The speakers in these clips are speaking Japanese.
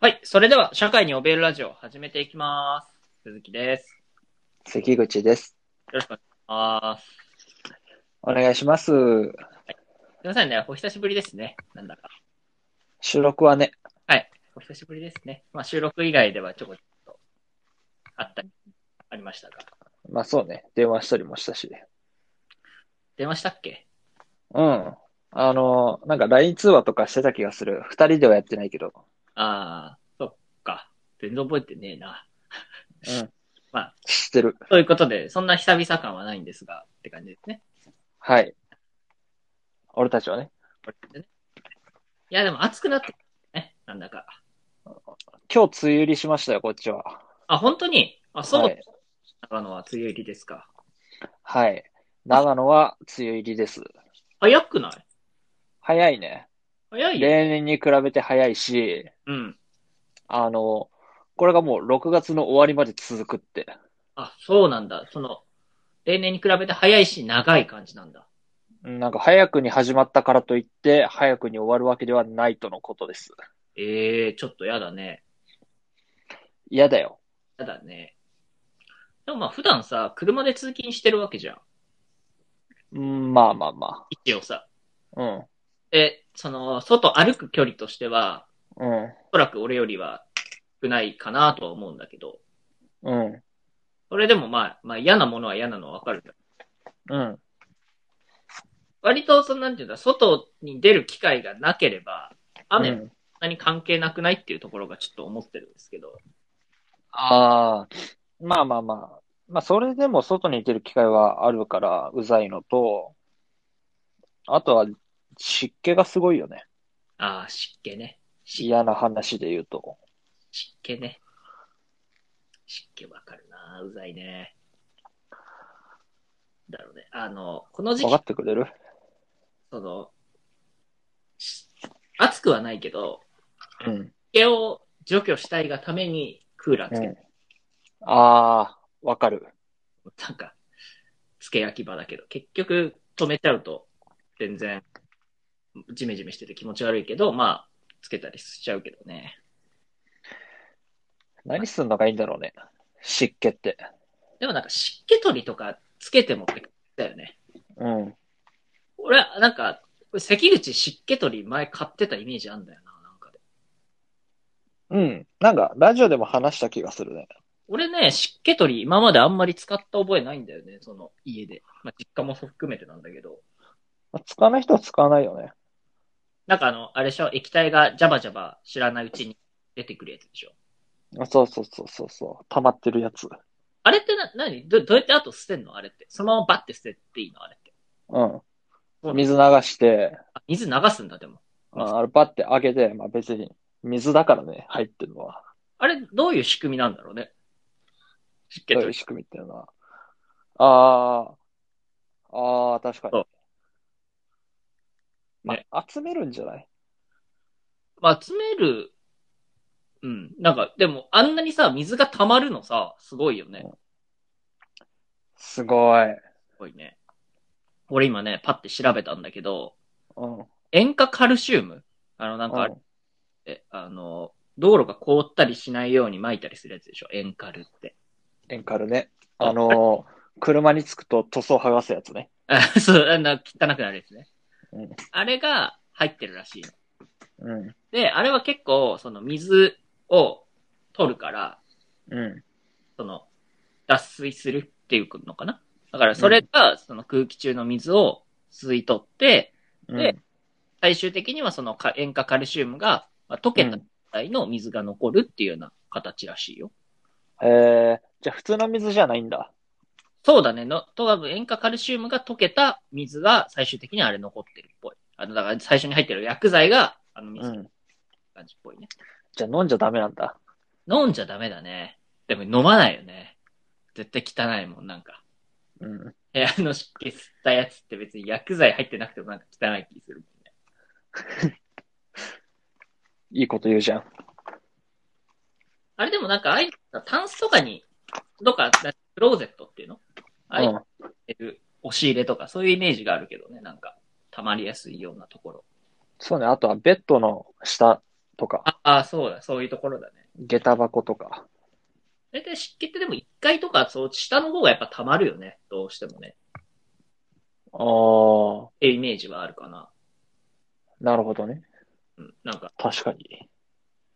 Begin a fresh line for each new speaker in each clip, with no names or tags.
はい。それでは、社会におべるラジオを始めていきます。鈴木です。
関口です。
よろしくお願いします。
お願いします。
すいませんね。お久しぶりですね。なんだか。
収録はね、
お久しぶりですね。まあ、収録以外ではちょこちょっと、あったり、ありましたが。
まあそうね、電話したりもしたし。
電話したっけ
うん。あの、なんか LINE 通話とかしてた気がする。二人ではやってないけど。
ああ、そっか。全然覚えてねえな。
うん。
まあ。
知ってる。
ということで、そんな久々感はないんですが、って感じですね。
はい。俺たちはね。
これでね。いや、でも暑くなってきたね。なんだか。
今日梅雨入りしましたよ、こっちは。
あ、本当にあ、そう、
はい。
長野は梅雨入りですか。
はい。長野は梅雨入りです。
早くない
早いね。
早いよ。
例年に比べて早いし、
うん。
あの、これがもう6月の終わりまで続くって。
あ、そうなんだ。その、例年に比べて早いし、長い感じなんだ。
うんなんか早くに始まったからといって、早くに終わるわけではないとのことです。
ええちょっとやだね。
嫌だよ。
やだね。でもまあ普段さ、車で通勤してるわけじゃん。
うん、まあまあま
一応さ。
あ。
で、その、外歩く距離としては、
うん、
おそらく俺よりは少ないかなとは思うんだけど、
うん、うん、
それでもまあ、まあ嫌なものは嫌なのはわかるけど。
うん、
割と、その、なんていうんだ、外に出る機会がなければ、雨
う
もそ
ん。
んなに関係なくないっていうところがちょっと思ってるんですけど。
ああ、まあまあまあ。まあそれでも外に出る機会はあるからうざいのと、あとは湿気がすごいよね。
ああ、湿気ね。湿
嫌な話で言うと。
湿気ね。湿気わかるなうざいね。だろうね。あの、この時
わか
期、
ってくれる
その、し暑くはないけど、
うん、
湿気を除去したいがためにクーラーつ
う
け、
ん。ああ、わかる。
なんか、つけ焼き場だけど、結局止めちゃうと、全然、ジメジメしてて気持ち悪いけど、まあ、つけたりしちゃうけどね。
何すんのがいいんだろうね。湿気って。
でもなんか湿気取りとかつけてもってだよね。
うん。
俺、なんか、これ関口湿気取り前買ってたイメージあんだよな、なんかで。
うん。なんか、ラジオでも話した気がするね。
俺ね、湿気取り今まであんまり使った覚えないんだよね、その家で。まあ、実家も含めてなんだけど。
まあ使わない人は使わないよね。
なんかあの、あれでしょ、液体がジャバジャバ知らないうちに出てくるやつでしょ。
あそうそうそうそうそう。溜まってるやつ。
あれってな、何どどうやって後捨てんのあれって。そのままバッて捨てていいのあれって。
う。
うんん
水流して、
あ水流すんだ、でも。
うんあれバッて上げて、まあ別に、水だからね、入ってるのは。
あれ、どういう仕組みなんだろうね。湿気
どう
取
いう
り。
仕組みっていうのは。ああ、ああ、確か
そ
に
う。
ま
ね
あ、集めるんじゃない
まあ、集める、うん。なんか、でも、あんなにさ、水が溜まるのさ、すごいよね。
すごい。
すごいね。俺今ね、パッて調べたんだけど、
うん。
塩化カルシウムあの、なんかあれって、あの、道路が凍ったりしないように撒いたりするやつでしょ塩カルって。
エンカルね。あのー車につくと塗装剥がすやつね。
あ そう、あの、汚くなるやつね。
うん
あれが入ってるらしいの。
うん。
で、あれは結構、その水を取るから、
う
その、脱水するっていうのかなだから、それが、その空気中の水を吸い取って、
ん。
で最終的にはそのか塩化カルシウムが、まあ溶けた状態の水が残るっていうような形らしいよ。
えー、じゃあ普通の水じゃないんだ。
そうだね。の、とは塩化カルシウムが溶けた水が最終的にあれ残ってるっぽい。あの、だから最初に入ってる薬剤が、あの水
う
って
ん。
感じっぽいね。
じゃあ飲んじゃダメなんだ。
飲んじゃダメだね。でも飲まないよね。絶対汚いもん、なんか。
うん。
部屋の湿気吸ったやつって別に薬剤入ってなくてもなんか汚い気するもんね。
いいこと言うじゃん。
あれでもなんか、ああいう、タンスとかに、どっか、クローゼットっていうのああいう
うん。
る押し入れとか、そういうイメージがあるけどね、なんか、溜まりやすいようなところ。
そうね。あとはベッドの下とか、
ああ、そうだ、そういうところだね。
下駄箱とか。
大体湿気ってでも1階とか、そう、下の方がやっぱ溜まるよね。どうしてもね。
ああ、
え、イメージはあるかな。
なるほどね。
うん。なんか、
確かに。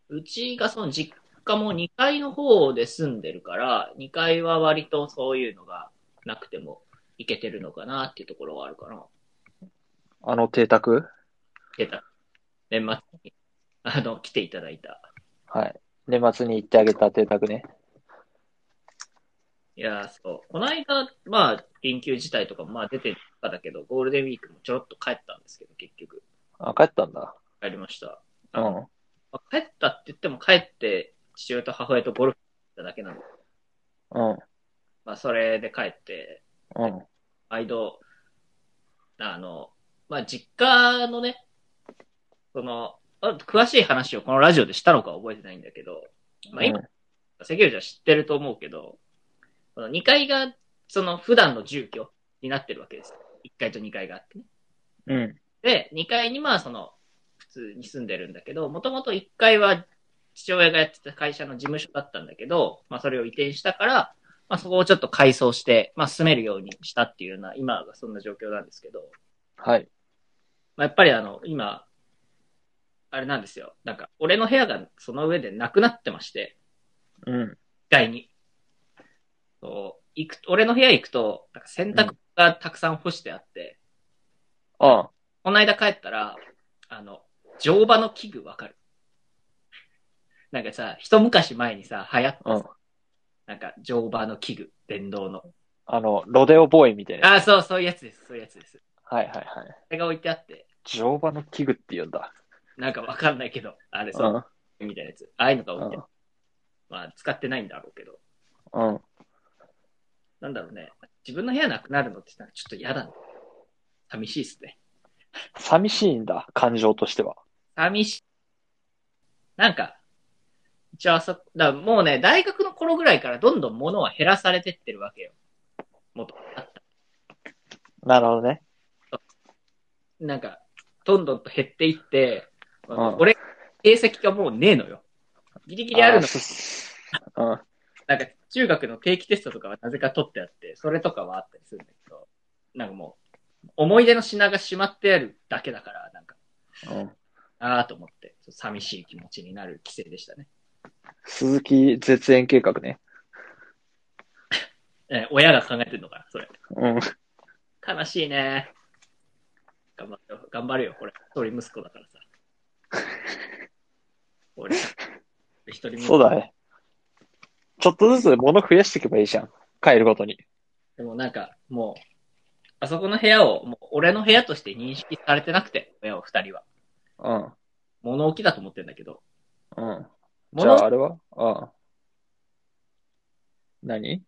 うちがその実家も2階の方で住んでるから、2階は割とそういうのがなくてもいけてるのかなっていうところはあるかな。
あの邸宅
出た。年末に、あの、来ていただいた。
はい。年末に行ってあげた邸宅ね。
いやー、そう。この間、まあ、緊急事態とかもまあ出てただけど、ゴールデンウィークもちょろっと帰ったんですけど、結局。
あ、帰ったんだ。
帰りました。
うん。
まあ、帰ったって言っても帰って、父親と母親とゴルフ行っただけなの。
うん。
まあ、それで帰って、
うん。
毎度、あの、まあ、実家のね、その、あ詳しい話をこのラジオでしたのかは覚えてないんだけど、まあ、今、関口は知ってると思うけど、この2階が、その普段の住居になってるわけです。1階と2階があってね。
うん。うん。
で、2階にまあその、普通に住んでるんだけど、もともと1階は父親がやってた会社の事務所だったんだけど、まあそれを移転したから、まあそこをちょっと改装して、まあ住めるようにしたっていうような、今がそんな状況なんですけど、
はい。
まあやっぱりあの、今、あれなんですよ。なんか、俺の部屋がその上でなくなってまして、
うん。
1階に。そう行く俺の部屋行くと、なんか洗濯がたくさん干してあって、
あ
この間帰ったら、あの、乗馬の器具わかるなんかさ、一昔前にさ、流行ったさ、
うん
なんか乗馬の器具、電動の。
あの、ロデオボーイみたいな。
ああ、そう、そういうやつです、そういうやつです。
はいはいはい。
それが置いてあって、
乗馬の器具って言うんだ。
なんかわかんないけど、あれ
う
そ
ん。
う、みたいなやつ。ああいうのが
う
置い
ん
てある。まあ、使ってないんだろうけど。
うん。
なんだろうね。自分の部屋なくなるのってなんかちょっと嫌だね。寂しいっすね。
寂しいんだ、感情としては。
寂しい。なんか、一応あそ、だからもうね、大学の頃ぐらいからどんどん物は減らされてってるわけよ。元あった
なるほどね。
なんか、どんどんと減っていって、
うん
俺、成績がもうねえのよ。ギリギリあるの。
すうん。
なんか、中学の定期テストとかはなぜか取ってあって、それとかはあったりするんだけど、なんかもう、思い出の品がしまってあるだけだから、なんか、
うん。
ああと思って、ちょっと寂しい気持ちになる規制でしたね。
鈴木絶縁計画ね。
えー親が考えてるのかな、それ。
うん。
悲しいね。頑張ってよ、頑張るよ、これ。一人息子だからさ。俺、一人息子
そうだね。ちょっとずつ物増やしていけばいいじゃん。帰るごとに。
でもなんか、もう、あそこの部屋を、もう俺の部屋として認識されてなくて、親を二人は。
うん。
物置だと思ってんだけど。
うん。じゃ
物
あ
置
あれはうん。何
い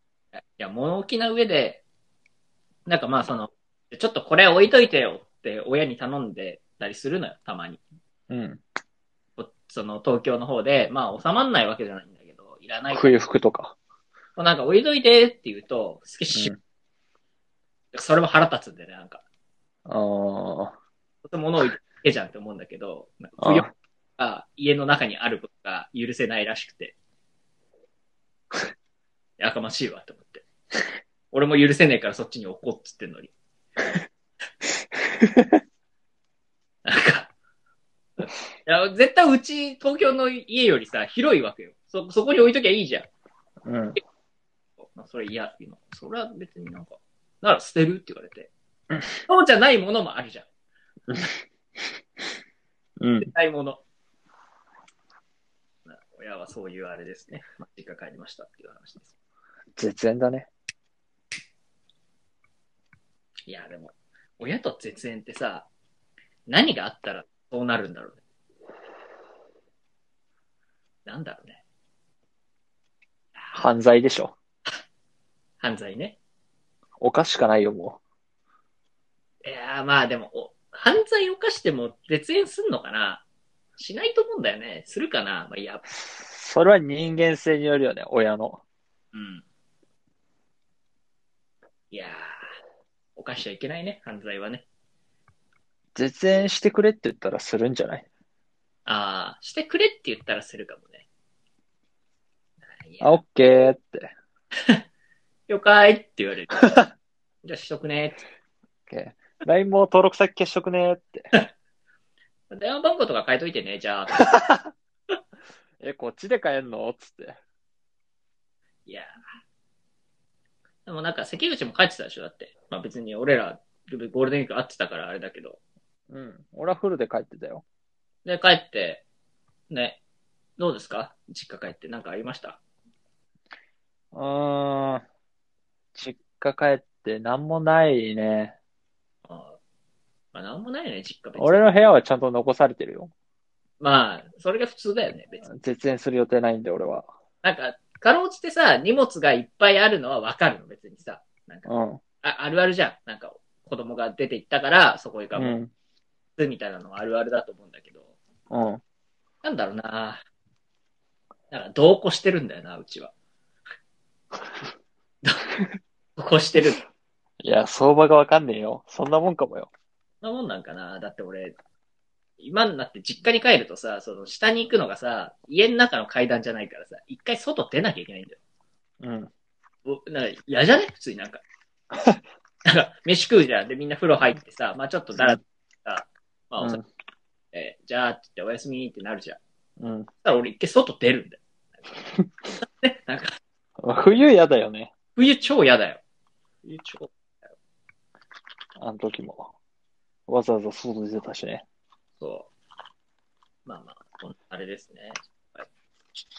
や、物置な上で、なんかまあその、ちょっとこれ置いといてよって親に頼んでたりするのよ、たまに。
うん。
こその東京の方で、まあ収まんないわけじゃないんだけど、いらない
冬服とか。
もうなんか、おいどいでって言うと、すげえし、
うん
それも腹立つんでね、なんか。
あ
とても物を置いてじゃんって思うんだけど、なんか
あ。
不要が家の中にあることが許せないらしくて。 やかましいわって思って。俺も許せねえからそっちに置こうっつってんのに。なんか、いや絶対うち東京の家よりさ、広いわけよ。そ、そこに置いときゃいいじゃん。
うん。
まあ、それ嫌っていうの。それは別になんか、なら捨てるって言われて。そうじゃないものもあるじゃん。
う
捨
ん。
てないもの。まあ親はそういうあれですね。まあ、実家帰りましたっていう話です。
絶縁だね。
いや、でも、親と絶縁ってさ、何があったらそうなるんだろうね。なんだろうね。
犯罪でしょ。
犯罪ね。
おかしかないよ、も
いやーまあでも、お犯罪犯しても絶縁すんのかなしないと思うんだよね。するかなまあ、いや
う。、それは人間性によるよね、親の。
うん。いやー、犯しちゃいけないね、犯罪はね。
絶縁してくれって言ったらするんじゃない
ああ、してくれって言ったらするかもね。いや
あ、オッケーって。
了解って言われる。 じゃあしとくねって。
オッケー LINE も登録先消しとくねって。
電話番号とか変えといてね、じゃあ。
え、こっちで帰んのつって。
いやーでもなんか関口も帰ってたでしょだって。まあ別に俺らゴールデンウィーク会ってたからあれだけど。
うん。俺はフルで帰ってたよ。
で、帰って、ね、どうですか実家帰って。なんかありました
うーん。実家帰ってなんもないね。
あーまあなんもないよね、実家別に
俺の部屋はちゃんと残されてるよ。
まあ、それが普通だよね、別に。
絶縁する予定ないんで、俺は。
なんか、かろうじてさ、荷物がいっぱいあるのはわかるの、別にさ。なんか、
うん。
ああるあるじゃん。なんか、子供が出て行ったから、そこ行か
う
も
ん。
う、みたいなのはあるあるだと思うんだけど。
うん。
なんだろうななんか、同行してるんだよな、うちは。 同行してる。
いや、相場がわかんねえよ。そんなもんかもよ。
そんなもんなんかなだって俺、今になって実家に帰るとさ、その下に行くのがさ、家の中の階段じゃないからさ、一回外出なきゃいけないんだよ。
うん。
おなんか嫌じゃね普通になん か。なんか、飯食うじゃん。で、みんな風呂入ってさ、まあちょっとだらっとさ、まあお
う
酒
ん。
えーじゃあって言っておやすみってなるじゃん。
う
だ
ん。
から俺一回外出るんだよ。ね、なんか、
冬嫌だよね。
冬超嫌だよ。冬超。
あの時も。わざわざ外出てたしね。
そう。まあまあ、こんあれですね。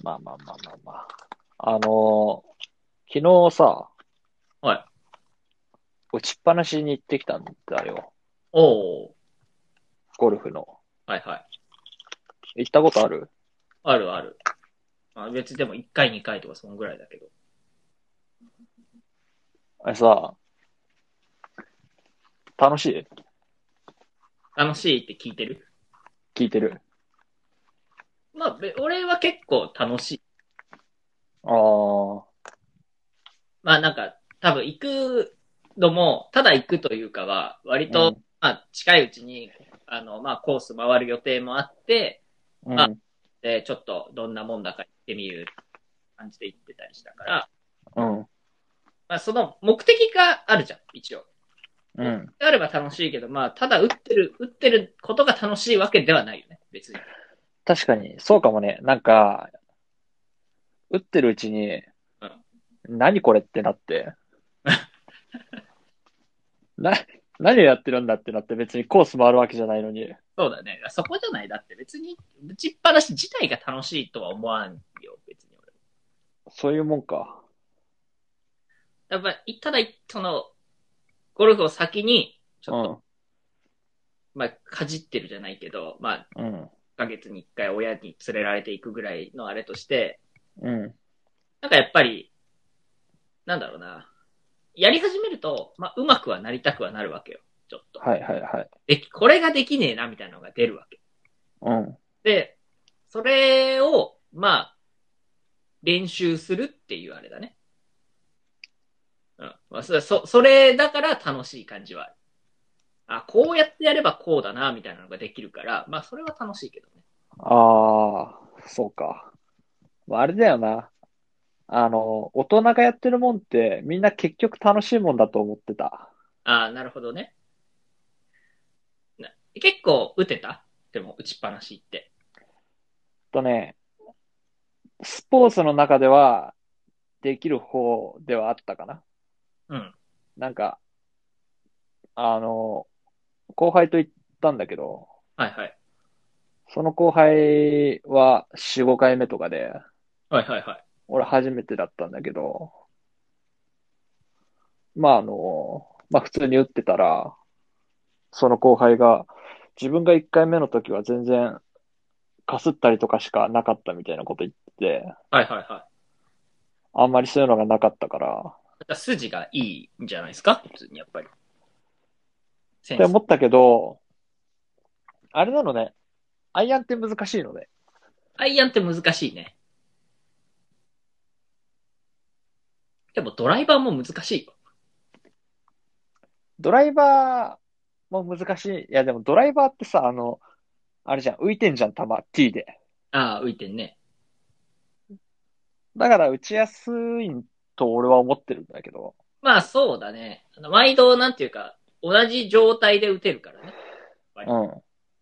まあまあまあまあまあ。あのー昨日さ、
はい。
打ちっぱなしに行ってきたんだよ。
おお
ゴルフの。
はいはい。
行ったことある
あるある。まあ別にでも1回2回とかそんぐらいだけど。
あれさ、楽しい
楽しいって聞いてる
聞いてる。
まあ、べ俺は結構楽しい。
ああ。
まあなんか、多分行くのも、ただ行くというかは、割と、まあ近いうちに、あの、まあコース回る予定もあって、
うん、
あで、ちょっとどんなもんだか行ってみる感じで行ってたりしたから、
うん。
まあその目的があるじゃん、一応。
うん。
であれば楽しいけど、まあただ打ってる、打ってることが楽しいわけではないよね、別に。
確かに、そうかもね。なんか、打ってるうちに、
うん
何これってな って。な、何をやってるんだってなって別にコースもあるわけじゃないのに。
そうだね。そこじゃない。だって別に、打ちっぱなし自体が楽しいとは思わんよ、別に俺。
そういうもんか。
やっぱ、ただ、その、ゴルフを先に、ちょっと、まあ、かじってるじゃないけど、まあ、
うん。うん。
1ヶ月に1回親に連れられていくぐらいのあれとして、
うん。
なんかやっぱり、なんだろうな。やり始めると、まあ、うまくはなりたくはなるわけよ。ちょっと。
はいはいはい。
でき、これができねえな、みたいなのが出るわけ。
うん。
で、それを、まあ、練習するっていうあれだね。うん。まあ、そ、そそれだから楽しい感じはある。あ、こうやってやればこうだな、みたいなのができるから、まあ、それは楽しいけどね。
ああ、そうか。まあ、あれだよな。あの、大人がやってるもんってみんな結局楽しいもんだと思ってた。
あなるほどね。な結構打てたでも、打ちっぱなしって。
えっとね、スポーツの中ではできる方ではあったかな。
うん。
なんか、あの、後輩と行ったんだけど、
はいはい。
その後輩は4、5回目とかで、
はいはいはい。
俺初めてだったんだけど、まああの、まあ普通に打ってたら、その後輩が、自分が1回目の時は全然かすったりとかしかなかったみたいなこと言ってて、
はいはいは
あんまりそういうのがなかったから、
い。だから筋がいいんじゃないですか普通にやっぱり。セ
っ
ンス
て思ったけど、あれなのね、アイアンって難しいのね。
アイアンって難しいね。でもドライバーも難しいよ。
ドライバーも難しい。いや、でもドライバーってさ、あの、あれじゃん、浮いてんじゃん、球、T で。
ああ、浮いてんね。
だから打ちやすいと俺は思ってるんだけど。
まあそうだね。あの毎度なんていうか、同じ状態で打てるからね。
うん、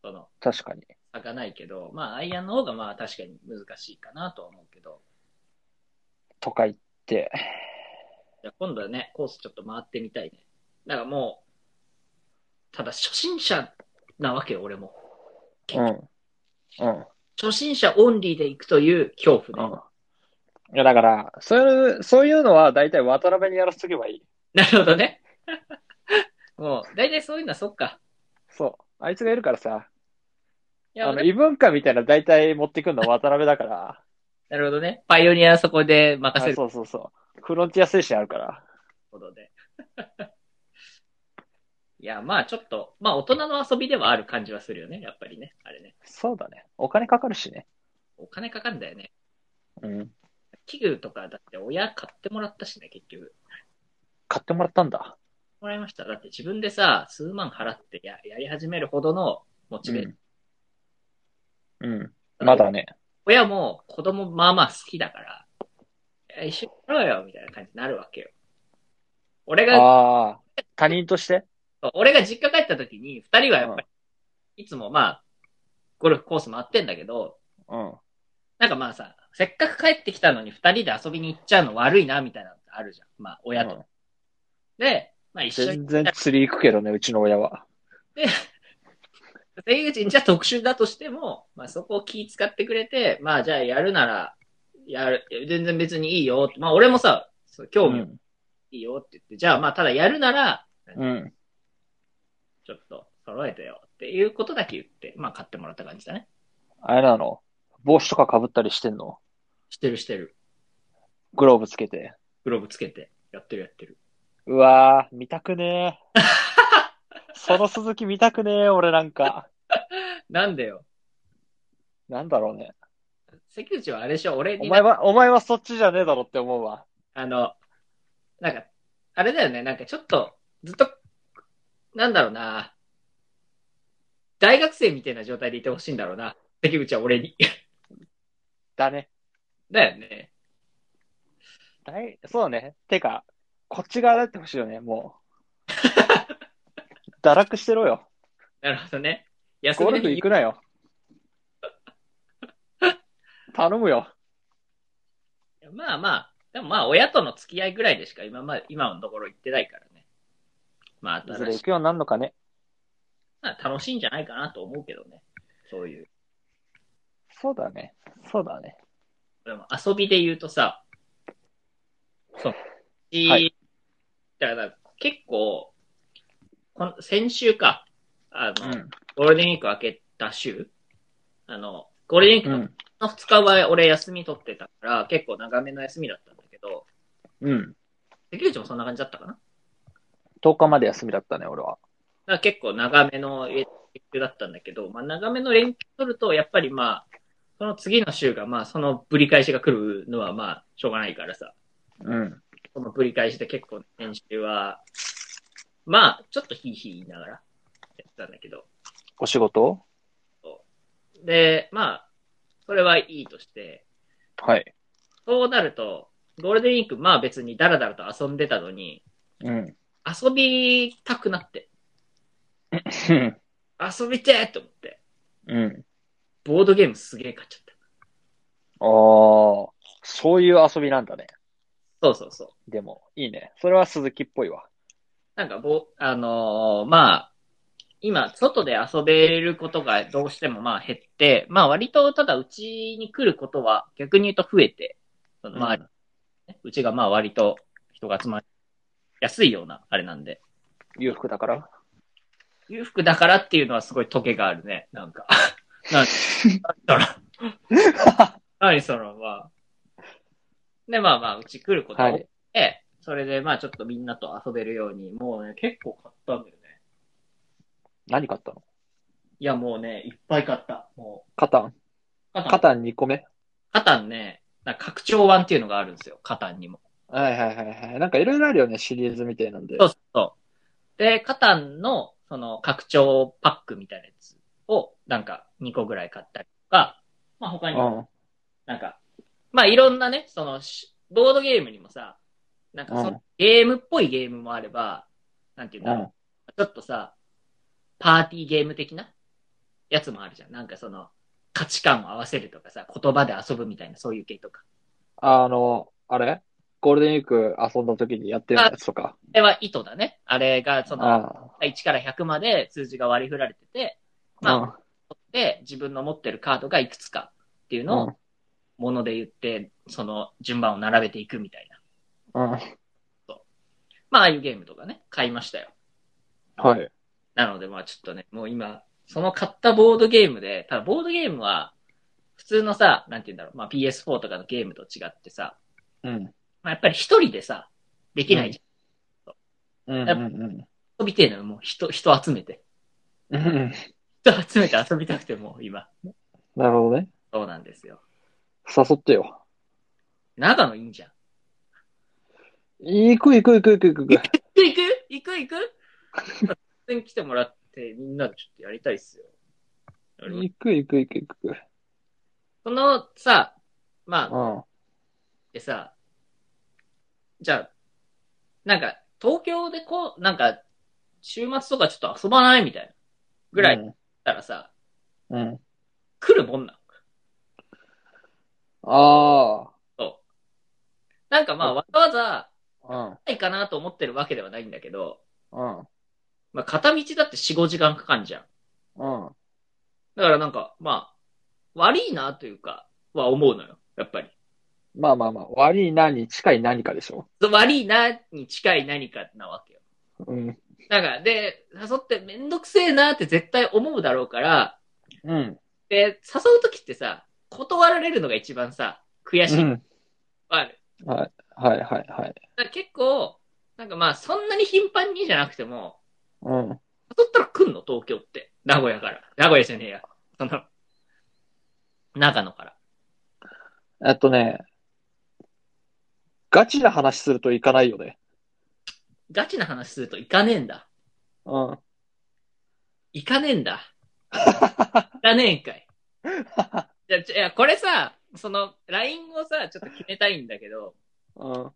その、
確かに。
差がないけど、まあアイアンの方がまあ確かに難しいかなとは思うけど、
とか言って。
じゃあ今度はね、コースちょっと回ってみたいね。だからもう、ただ初心者なわけよ、俺も。
うん。うん。
初心者オンリーで行くという恐
う
怖ね。
ん。いや、だから、そういう、そういうのは大体渡辺にやらせとけばいい。
なるほどね。 もう、大体そういうのはそっか。
そう。あいつがいるからさ、
いや
あの、異文化みたいなの大体持ってくんのは渡辺だから。
なるほどね。パイオニアはそこで
あ
任せる
そうそうそう。フロンティア精神あるから。
ことで。 いや、まあちょっと、まあ大人の遊びではある感じはするよね、やっぱりね。あれね。
そうだね。お金かかるしね。
お金かかるんだよね。
うん。
器具とかだって親買ってもらったしね、結局。
買ってもらったんだ。
もらいました。だって自分でさ、数万払ってややり始めるほどのモチベーション。
うん。うん。まだね。
親も子供まあまあ好きだから、いや一緒にやろうよ、みたいな感じになるわけよ。俺が、
ああ。他人として
俺が実家帰った時に、二人はやっぱり、いつもまあ、ゴルフコース回ってんだけど、
うん。
なんかまあさ、せっかく帰ってきたのに二人で遊びに行っちゃうの悪いな、みたいなのってあるじゃん。まあ、親と。
うん
で、まあ一緒に
全。然釣り行くけどね、うちの親は。
声優陣じゃ特殊だとしても、まあそこを気使ってくれて、まあじゃあやるなら、やる、全然別にいいよ。まあ俺もさ、そう興味いいよって言って、じゃあまあただやるなら、
うん。うん。
ちょっと揃えてよっていうことだけ言って、まあ買ってもらった感じだね。
あれなの帽子とかかぶったりしてんの
してるしてる。
グローブつけて。
グローブつけて、やってるやってる。
うわー、見たくねえ。 その鈴木見たくねえ、俺なんか。
なんでよ。
なんだろうね。
関口はあれでしょ、俺
お
にな
前は、お前はそっちじゃねえだろって思うわ。
あの、なんか、あれだよね、なんかちょっと、ずっと、なんだろうな、大学生みたいな状態でいてほしいんだろうな、関口は俺に。
だね。
だよね。
だい、そうね。てか、こっち側だってほしいよね、も う。堕落してろよ。
なるほどね。休
ゴ
みの
ルフ行
日
くな よ。頼むよ。
まあまあ、でもまあ、親との付き合いぐらいでしか今まで、今のところ行ってないからね。まあ、
いずれ
新しい
行くようになるのかね。
まあ楽しいんじゃないかなと思うけどね。そういう。
そうだね。そうだね。
でも遊びで言うとさ、そう。
はい
だから、結構、この先週か、あ
う
の、
ん。
ゴールデンウィーク明けた週、あの、ゴールデンウィーク
う
の
ん。
2日は俺休み取ってたから、結構長めの休みだったんだけど、
うん。
関口もそんな感じだったかな
10日まで休みだったね、俺は。
だから結構長めの連休だったんだけど、まあ、長めの連休取ると、やっぱりまあ、その次の週がまあ、そのぶり返しが来るのはまあ、しょうがないからさ、
うん。
そのぶり返しで結構練習は、まあ、ちょっとヒーヒー言いながらやってたんだけど、
お仕事
で、まあ、それはいいとして、
はい。
そうなると、ゴールデンウィーク、まあ別にダラダラと遊んでたのに、
うん。
遊びたくなって、遊びてーと思って、
うん。
ボードゲームすげえ買っちゃった。
ああ、そういう遊びなんだね。
そうそうそう。
でも、いいね。それは鈴木っぽいわ。
なんかぼ、あのーまあ、今、外で遊べることがどうしてもまあ減って、まあ割とただうちに来ることは逆に言うと増えて、そのまあ、うちがまあ割と人が集まりやすいようなあれなんで、
裕福だから。
裕福だからっていうのはすごいトゲがあるね、なん か。なんだろう。何その、まあ。で、まあまあ、うち来ることが
は
多く
い。
て、それでまあちょっとみんなと遊べるように、もうね、結構買ったんだよね。
何買ったの
いや、もうね、いっぱい買った。もう、
カタン。
カタン。
カタン2個目
カタンね、なんか拡張版っていうのがあるんですよ、カタンにも。
はいはいはいはい。なんかいろいろあるよね、シリーズみたいなんで。
そうそう。で、カタンの、その、拡張パックみたいなやつをなんか2個ぐらい買ったりとか、まあ他にも
うん。
なんか、まあいろんなね、そのし、ボードゲームにもさ、なんかそ
うん
のゲームっぽいゲームもあれば、なんていうんだろう、ちょっとさ、パーティーゲーム的なやつもあるじゃん。なんかその、価値観を合わせるとかさ、言葉で遊ぶみたいな、そういう系とか。
あの、あれゴールデンウィーク遊んだ時にやってるやつとか。
あれは糸だね。あれが、その、
あ
1から100まで数字が割り振られてて、
あ。
まあ、で、自分の持ってるカードがいくつかっていう
うん。
のを、もので言って、その、順番を並べていくみたいな。
うん。うん
まあ、ああいうゲームとかね、買いましたよ。
はい。
なので、まあちょっとね、もう今、その買ったボードゲームで、ただボードゲームは、普通のさ、なんて言うんだろう、まあ PS4 とかのゲームと違ってさ、
うん。
まあやっぱり一人でさ、できないじ
うんうんうん
ゃん。遊びてえのよもう人、人集めて。
うんうん。
人集めて遊びたくてもう今。
なるほどね。
そうなんですよ。
誘ってよ。
長野いいんじゃん。
行く行く行く行く行く行く。
行く行く行く普通に来てもらって、みんなでちょっとやりたいっすよ。やります
行く行く行く行く行く。
そのさ、まあ、
うん。
でさ、じゃあ、なんか、東京でこう、なんか、週末とかちょっと遊ばないみたいな。ぐらいだっ
い。
たらさ、
うん。
来るもんなの。
あ
なんかまあ、わざわざ、
あ。
ないかなと思ってるわけではないんだけど、
うん。
まあ、片道だって4、5時間かかんじゃん。
うん。うん。
だからなんか、まあ、悪いなというか、は思うのよ。やっぱり。
まあまあまあ。悪いなに近い何かでしょ。
悪いなに近い何かなわけよ。
うん。
なんか、で、誘ってめんどくせえなって絶対思うだろうから、
うん。
で、誘うときってさ、断られるのが一番さ、悔し
う
い。
ん。
ある
はいはいは
だ
い。
から結構、なんかまあ、そんなに頻繁にじゃなくても、
うん。
誘ったら来んの、東京って。名古屋から。名古屋じゃねえや。その、長野から。
えっとね、ガチな話するといかないよね。
ガチな話すると行かねえんだ。
うん。
行かねえんだ。行かねえんか い。じゃあちょ、いや、これさ、その、LINE をさ、ちょっと決めたいんだけど、
うん。
言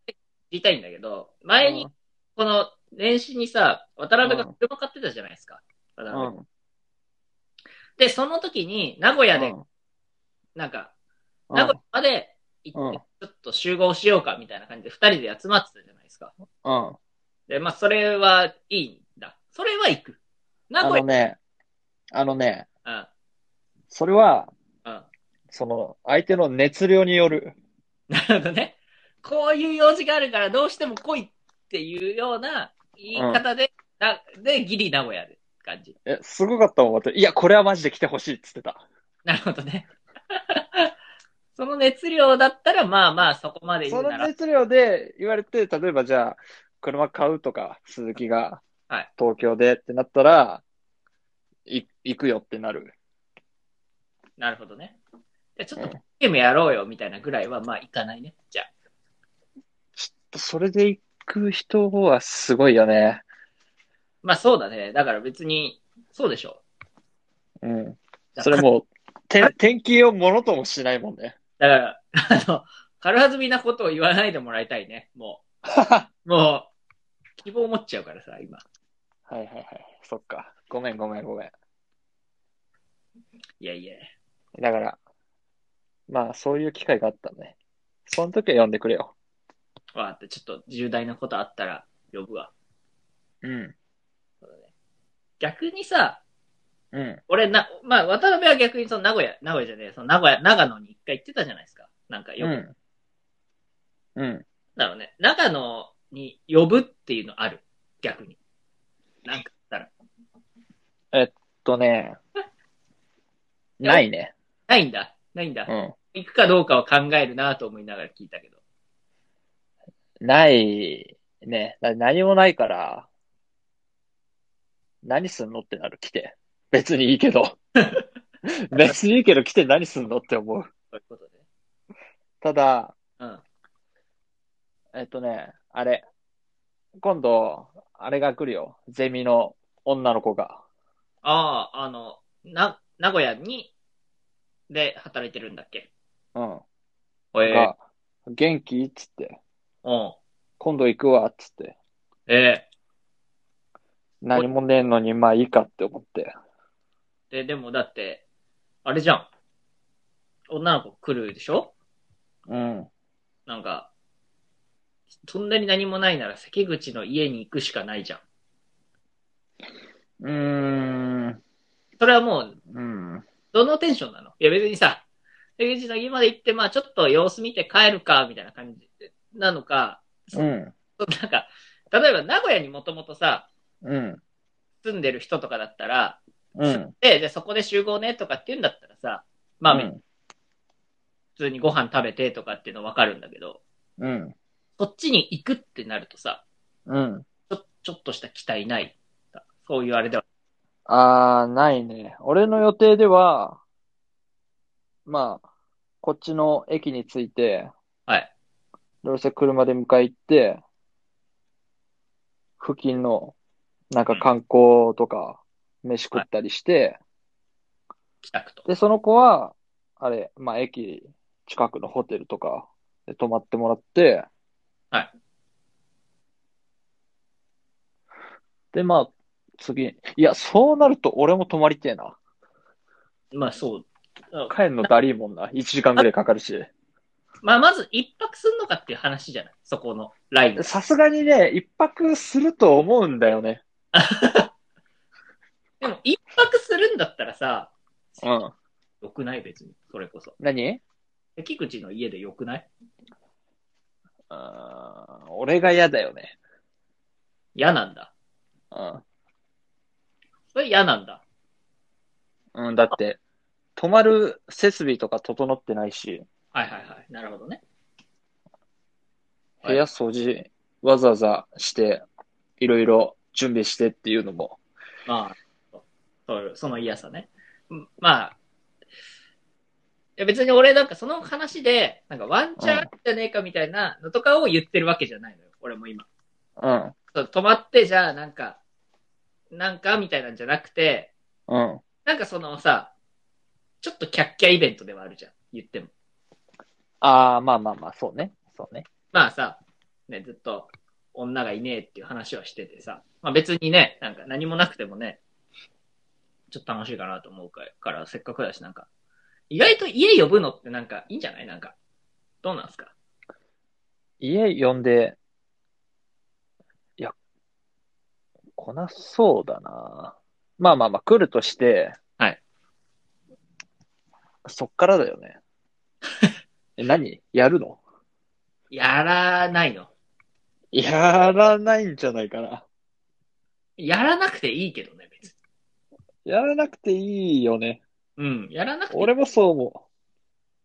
いたいんだけど、前に、この、年始にさ、渡辺が車買ってたじゃないですか。渡
う
辺
ん。
で、その時に、名古屋で
う、ん
なんか、
う
名
ん
古屋まで
う
行っ
ん
て、ちょっと集合しようかみたいな感じで、二人で集まってたじゃないですか。
うん。
で、まあ、それはいいんだ。それは行く。名
あ
古
の
屋、
ね、あのね、
うん、
それは、
うん。
その、相手の熱量による。
なるほどね。こういう用事があるから、どうしても来いっていうような言い方で、なで、ギリ名古屋で感じ。
え、すごかったもん、私。いや、これはマジで来てほしいっつってた。
なるほどね。 その熱量だったら、まあまあ、そこまで言
そうの
なら。
熱量で言われて、例えばじゃあ、車買うとか、鈴木が
はい、
東京でってなったら、い、行くよってなる。
なるほどね。じゃあちょっ
う
とゲームやろうよみたいなぐらいは、まあ、行かないね。じゃあ。
それで行く人はすごいよね。
まあそうだね。だから別に、そうでしょ
うん。
う。
それもう、て、転勤をものともしないもんね。
だから、 あの、軽はずみなことを言わないでもらいたいね。も
は
う、もう、希望を持っちゃうからさ、今。
いはいはい。そっか。ごめんごめんごめん。
いやいや。
だから、まあそういう機会があったね。その時は呼んでくれよ。
わーって、ちょっと重大なことあったら呼ぶわ。
うん。
逆にさ、
うん。
俺な、まあ渡辺は逆にその名古屋、名古屋じゃねえ、その名古屋、長野に一回行ってたじゃないですか。なんかよ
う
く、
ん。うん。
だろうね。長野に呼ぶっていうのある。逆に。なんかあったら。
とね、ないね。
ないんだ。ないんだ
う。ん。
行くかどうかを考えるなと思いながら聞いたけど。
ないね。だ何もないから、何すんのってなる、来て。別にいいけ ど。別にいいけど来て何すんのって思う。
そういうことで。
ただ、
うん。
えっとね、あれ。今度、あれが来るよ。ゼミの女の子が。
ああ、あの、な、名古屋に、で、働いてるんだっけ
うん。
ええ
が、元気っつって、
うん。
今度行くわっつって、
え
何もねえのに、まあいいかって思って。
えで、でもだって、あれじゃん。女の子来るでしょ
うん。
なんか、そんなに何もないなら関口の家に行くしかないじゃん。
うーん。
それはもう、
うん。
どのテンションなのいや別にさ、関口の家まで行って、まあちょっと様子見て帰るか、みたいな感じなのか、
うん。
なんか、例えば名古屋にもともとさ、
うん。
住んでる人とかだったら、
うん。
で、でそこで集合ねとかって言うんだったらさ、まあ、
うん。
普通にご飯食べてとかっていうの分かるんだけど、
うん。
こっちに行くってなるとさ、
うん。
ちょちょっとした期待ない。そういうあれでは。
あー、ないね。俺の予定では、まあ、こっちの駅に着いて、
はい。
どうせ車で迎え行って、付近の、なんか観光とか、飯食ったりして、
帰宅と。
で、その子は、あれ、まあ、駅近くのホテルとかで泊まってもらって、
はい。
で、まあ、次、いや、そうなると俺も泊まりてえな。
まあそう。
帰るのだりーもんな。1時間ぐらいかかるし。
まあまず一泊すんのかっていう話じゃないそこのライン。
さすがにね、一泊すると思うんだよね。
でも一泊するんだったらさ、
うん。
よくない別に。それこそ。
何
関口の家でよくない
あー俺が嫌だよね。
嫌なんだ。
うん。
それ嫌なんだ。
うん、だって、泊まる設備とか整ってないし、
はいはいはい。なるほどね。
部屋掃除わざわざして、いろいろ準備してっていうのも。
まあ、そうその嫌さね。うんまあ、いや別に俺なんかその話で、なんかワンチャンあるんじゃねえかみたいなのとかを言ってるわけじゃないのよ。俺も今。
うん。
そう止まって、じゃあなんか、なんかみたいなんじゃなくて、
うん。
なんかそのさ、ちょっとキャッキャイベントではあるじゃん。言っても。
ああ、まあまあまあ、そうね。そうね。
まあさ、ね、ずっと女がいねえっていう話はしててさ、まあ別にね、なんか何もなくてもね、ちょっと楽しいかなと思うから、からせっかくだし、なんか、意外と家呼ぶのってなんかいいんじゃないなんか、どうなんすか
家呼んで、いや、来なそうだな。まあまあまあ、来るとして、
はい。
そっからだよ ね。え、何やるの
やらないの。
やらないんじゃないかな。
やらなくていいけどね、別
やらなくていいよね。
に。うん、やらなくていい
俺もそう思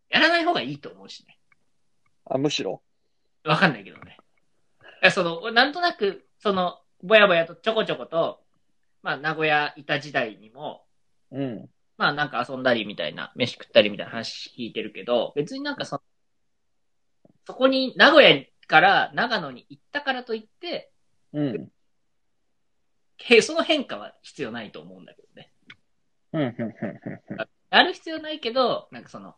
やらない方がいいと思うしね。
う。あ、むしろ。
わかんないけどね。いやその、俺なんとなく、その、ぼやぼやとちょこちょこと、まあ、名古屋いた時代にも、
うん。
まあなんか遊んだりみたいな、飯食ったりみたいな話聞いてるけど、別になんかその、そこに名古屋から長野に行ったからといって、
うん。
へその変化は必要ないと思うんだけどね。
うん、うん、う
やる必要ないけど、なんかその、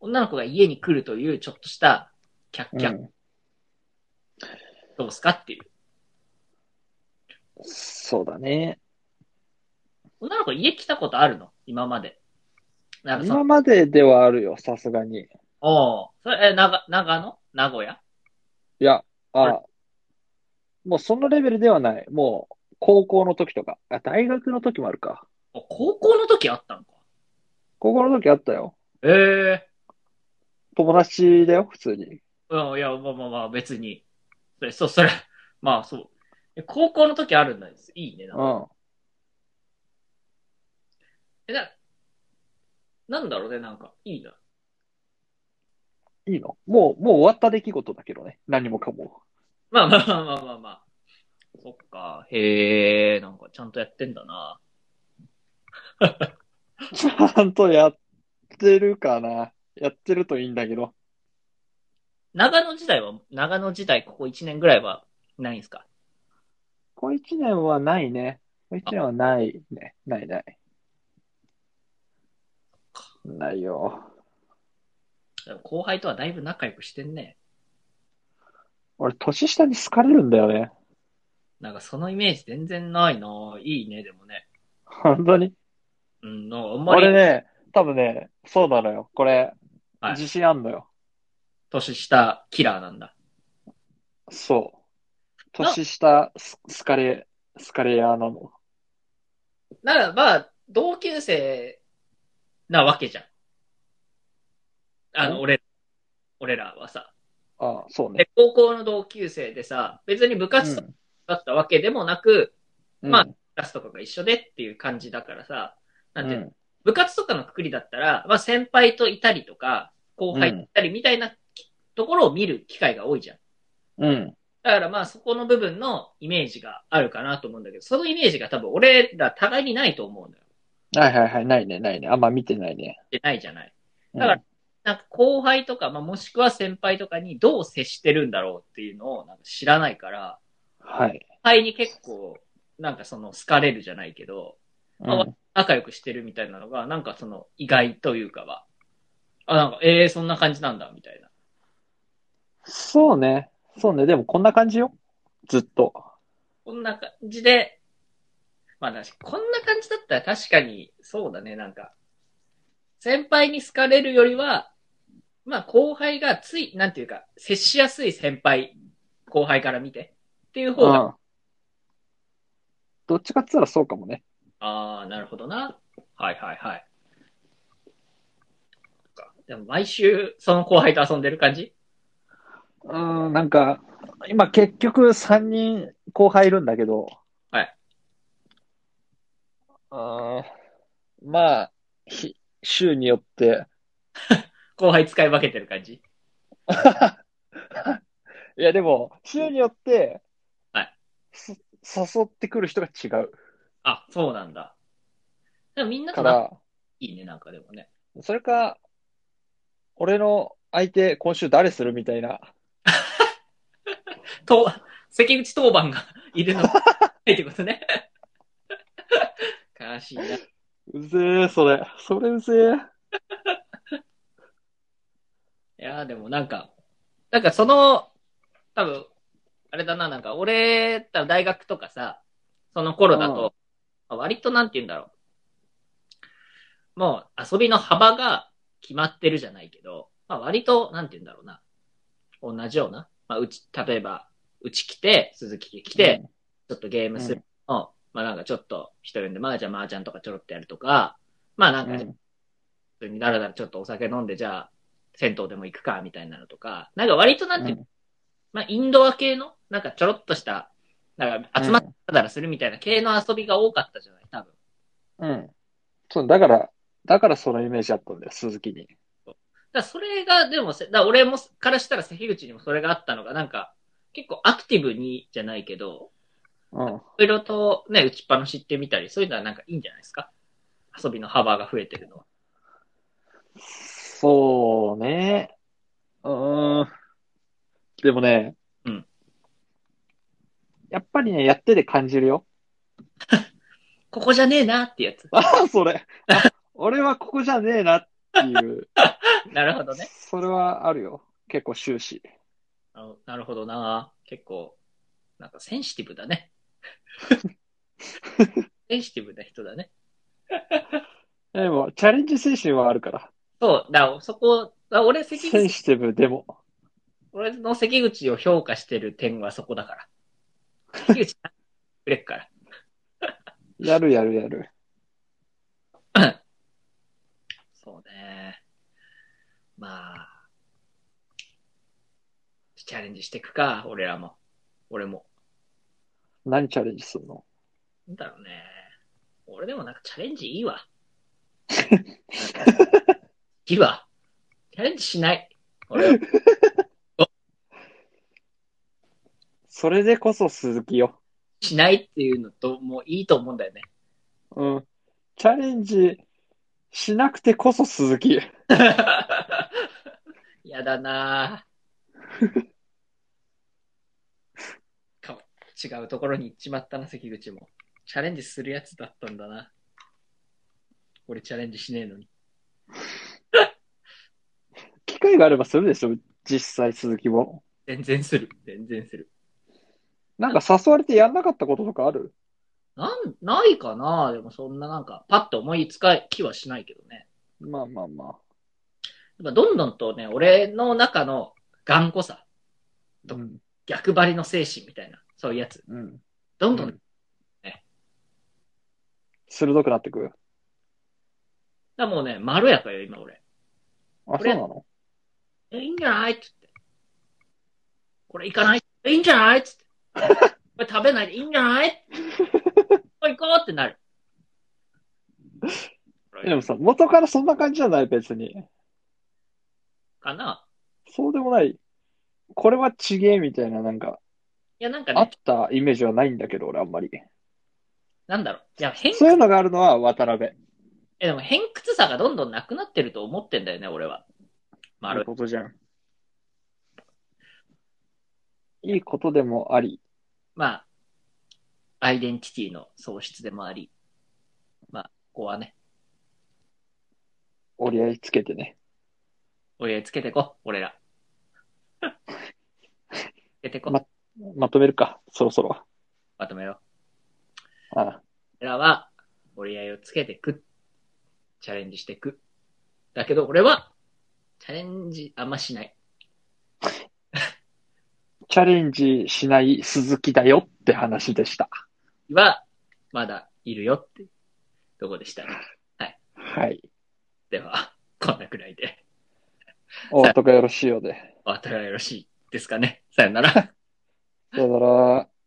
女の子が家に来るというちょっとした、キャッ
ん、
キャ
う
ッ、
ん。
どうすかっていう。
そうだね。
女の子家来たことあるの今まで。なんかその
今、までではあるよ、さすがに。
おうそれ、え、長、長野名古屋
いや、
は
あ、もうそのレベルではない。もう、高校の時とか、あ、大学の時もあるか。
お高校の時あったのか。
高校の時あったよ。
ええ
友達だよ、普通に。
うん、いや、まあまあまあ、別に。それ、そう、そ れ、まあそう。え高校の時あるんだです。いいね。なん
う
か
ん。
えななんだろうね、なんか、いいな。
いいのもう、もう終わった出来事だけどね。何もかも。
まあまあまあまあまあまあ。そっか、へえ、なんかちゃんとやってんだな。
ちゃんとやってるかな。やってるといいんだけど。
長野時代は、長野時代、ここ1年ぐらいはないんすか
こう一年はないね。こう一年はないね。ないない。ないよ。
でも後輩とはだいぶ仲良くしてんね。
俺、年下に好かれるんだよね。
なんかそのイメージ全然ないな。いいね、でもね。
本当に。
うん、なんかあんまり、
俺ね、多分ね、そうなのよ。これ、
はい
自信あんのよ。
年下キラーなんだ。
そう。年下、す好かれ、好かれ屋なの。
ならまあ、同級生なわけじゃん。あ
う
の、俺、俺らはさ。
ああ、そうね。
で、高校の同級生でさ、別に部活とかだったわけでもなく、
うん
まあ、クラスとかが一緒でっていう感じだからさ、
う
なんんていうの、部活とかのくくりだったら、まあ先輩といたりとか、後輩といたりみたいなきところを見る機会が多いじゃん。
うん。うん。
だからまあそこの部分のイメージがあるかなと思うんだけど、そのイメージが多分俺ら互いにないと思うんだよ。
はいはいはい。ないね、ないね。あんま見てないね。
でないじゃない。
うん
だからなんか後輩とか、まあもしくは先輩とかにどう接してるんだろうっていうのをなんか知らないから、
はい。
後輩に結構なんかその好かれるじゃないけど、
うん
あ仲良くしてるみたいなのが、なんかその意外というかは、あ、なんか、ええー、そんな感じなんだ、みたいな。
そうね。そうね。でもこんな感じよ。ずっと。
こんな感じで、まあ、だしこんな感じだったら確かに、そうだね、なんか、先輩に好かれるよりは、まあ、後輩がつい、なんていうか、接しやすい先輩、後輩から見て、っていう方が、
うんどっちかっつったらそうかもね。
ああ、なるほどな。はいはいはい。そっかでも毎週、その後輩と遊んでる感じ
うん、なんか、今結局3人後輩いるんだけど。
はい。
うん、まあ、ひ週によって。
後輩使い分けてる感じ
いや、でも、週によって、
はい
そ誘ってくる人が違う
あ、そうなんだ。でもみんな
か
と仲
ら、
いいね、なんかでもね。
それか、俺の相手、今週誰するみたいな。
と、関口当番が いるのがないってこと ね。悲しいな。
うぜえ、それ。それうぜえ。
いやーでもなんか、なんかその、多分、あれだな、なんか俺、多分大学とかさ、その頃だと、まあ割となんて言うんだろう。もう遊びの幅が決まってるじゃないけど、まあ割と、なんて言うんだろうな。同じような。まあうち、例えば、うち来て、鈴木来て、ちょっとゲームするのを、まあなんかちょっと人呼んで、まあじゃあ麻雀とかちょろっとやるとか、まあなん
う
か、
ん、
普通にだらだらちょっとお酒飲んで、じゃあ、銭湯でも行くか、みたいなのとか、なんか割となんていうの、まあ、インドア系の、なんかちょろっとした、なんか集まっただらするみたいな系の遊びが多かったじゃない、多分。
うん。うん。そう、だから、だからそのイメージあったんだよ、鈴木に。
だからそれが、でもせ、だから俺もからしたら関口にもそれがあったのが、なんか、結構アクティブにじゃないけど、
うん。
いろいろとね、打ちっぱなし行ってみたり、そういうのはなんかいいんじゃないですか遊びの幅が増えてるのは。
そうね。うーん。でもね、
うん
やっぱりね、やってて感じるよ。。
ここじゃねえなってやつ
ああ、それ。あ俺はここじゃねえ なっていう、
なるほどね。
それはあるよ。結構終始。
あのなるほどな。結構、なんかセンシティブだ ね。センシティブな人だね。
でも、チャレンジ精神はあるから。
そう、だからそこ、だ俺関
セン
口、
シティブでも。
俺の関口を評価してる点はそこだから。関口、くれっから。
やるやるやる。
そうね。まあ、チャレンジしていくか、俺らも。俺も。
何チャレンジするの
なんだろうね。俺でもなんかチャレンジいいわ。いいわ。チャレンジしない。俺は
それでこそ鈴木よ。
しないっていうのと、もういいと思うんだよね。
うん。チャレンジしなくてこそ鈴木。
やだなぁ。かも違うところに行っちまったな、関口も。チャレンジするやつだったんだな。俺チャレンジしねえのに。
会があればするでしょ実際、鈴木も。
全然する。全然する。
なんか誘われてやんなかったこととかある
なん、ないかなでもそんななんか、パッと思いつかきはしないけどね。
まあまあま
やっぱどんどんとね、俺の中の頑固さ、
あ。うん。
逆張りの精神みたいな、そういうやつ。
うん。
どんどん、
うん鋭くなってくる。
だからもうね、まろやかよ、今俺。
あ、
こ
そう
れ
なの
え、いいんじゃないっつって。これ行かないえいいんじゃないっつ って。これ食べないでいいんじゃないこれ行こうってなる。こ
で
れ
もさ、元からそんな感じじゃない、別に。
かな
そうでもない。これはちげえみたいな、なんか、
いや、なんか
あっ
ね、
たイメージはないんだけど、俺あんまり。
なんだろう。いや、偏
そういうのがあるのは渡辺。
え、でも偏屈さがどんどんなくなってると思ってんだよね、俺は。ま
いい
る。
ことじゃん。いいことでもあり。
まあ、アイデンティティの喪失でもあり、まあ、ここはね、
折り合いつけてね。
折り合いつけてこ、俺 ら。つけてこ、
ままとめるか、そろそろ。
まとめよう。
ああ
俺らは折り合いをつけてく。チャレンジしてく。だけど俺は、チャレンジあんましない。
チャレンジしない鈴木だよって話でした。
は、まだいるよって、とこでした。
はい。
では、こんなくらいで、
お男よろしいようで。
お後がよろしいですかね。さよなら。
さよなら。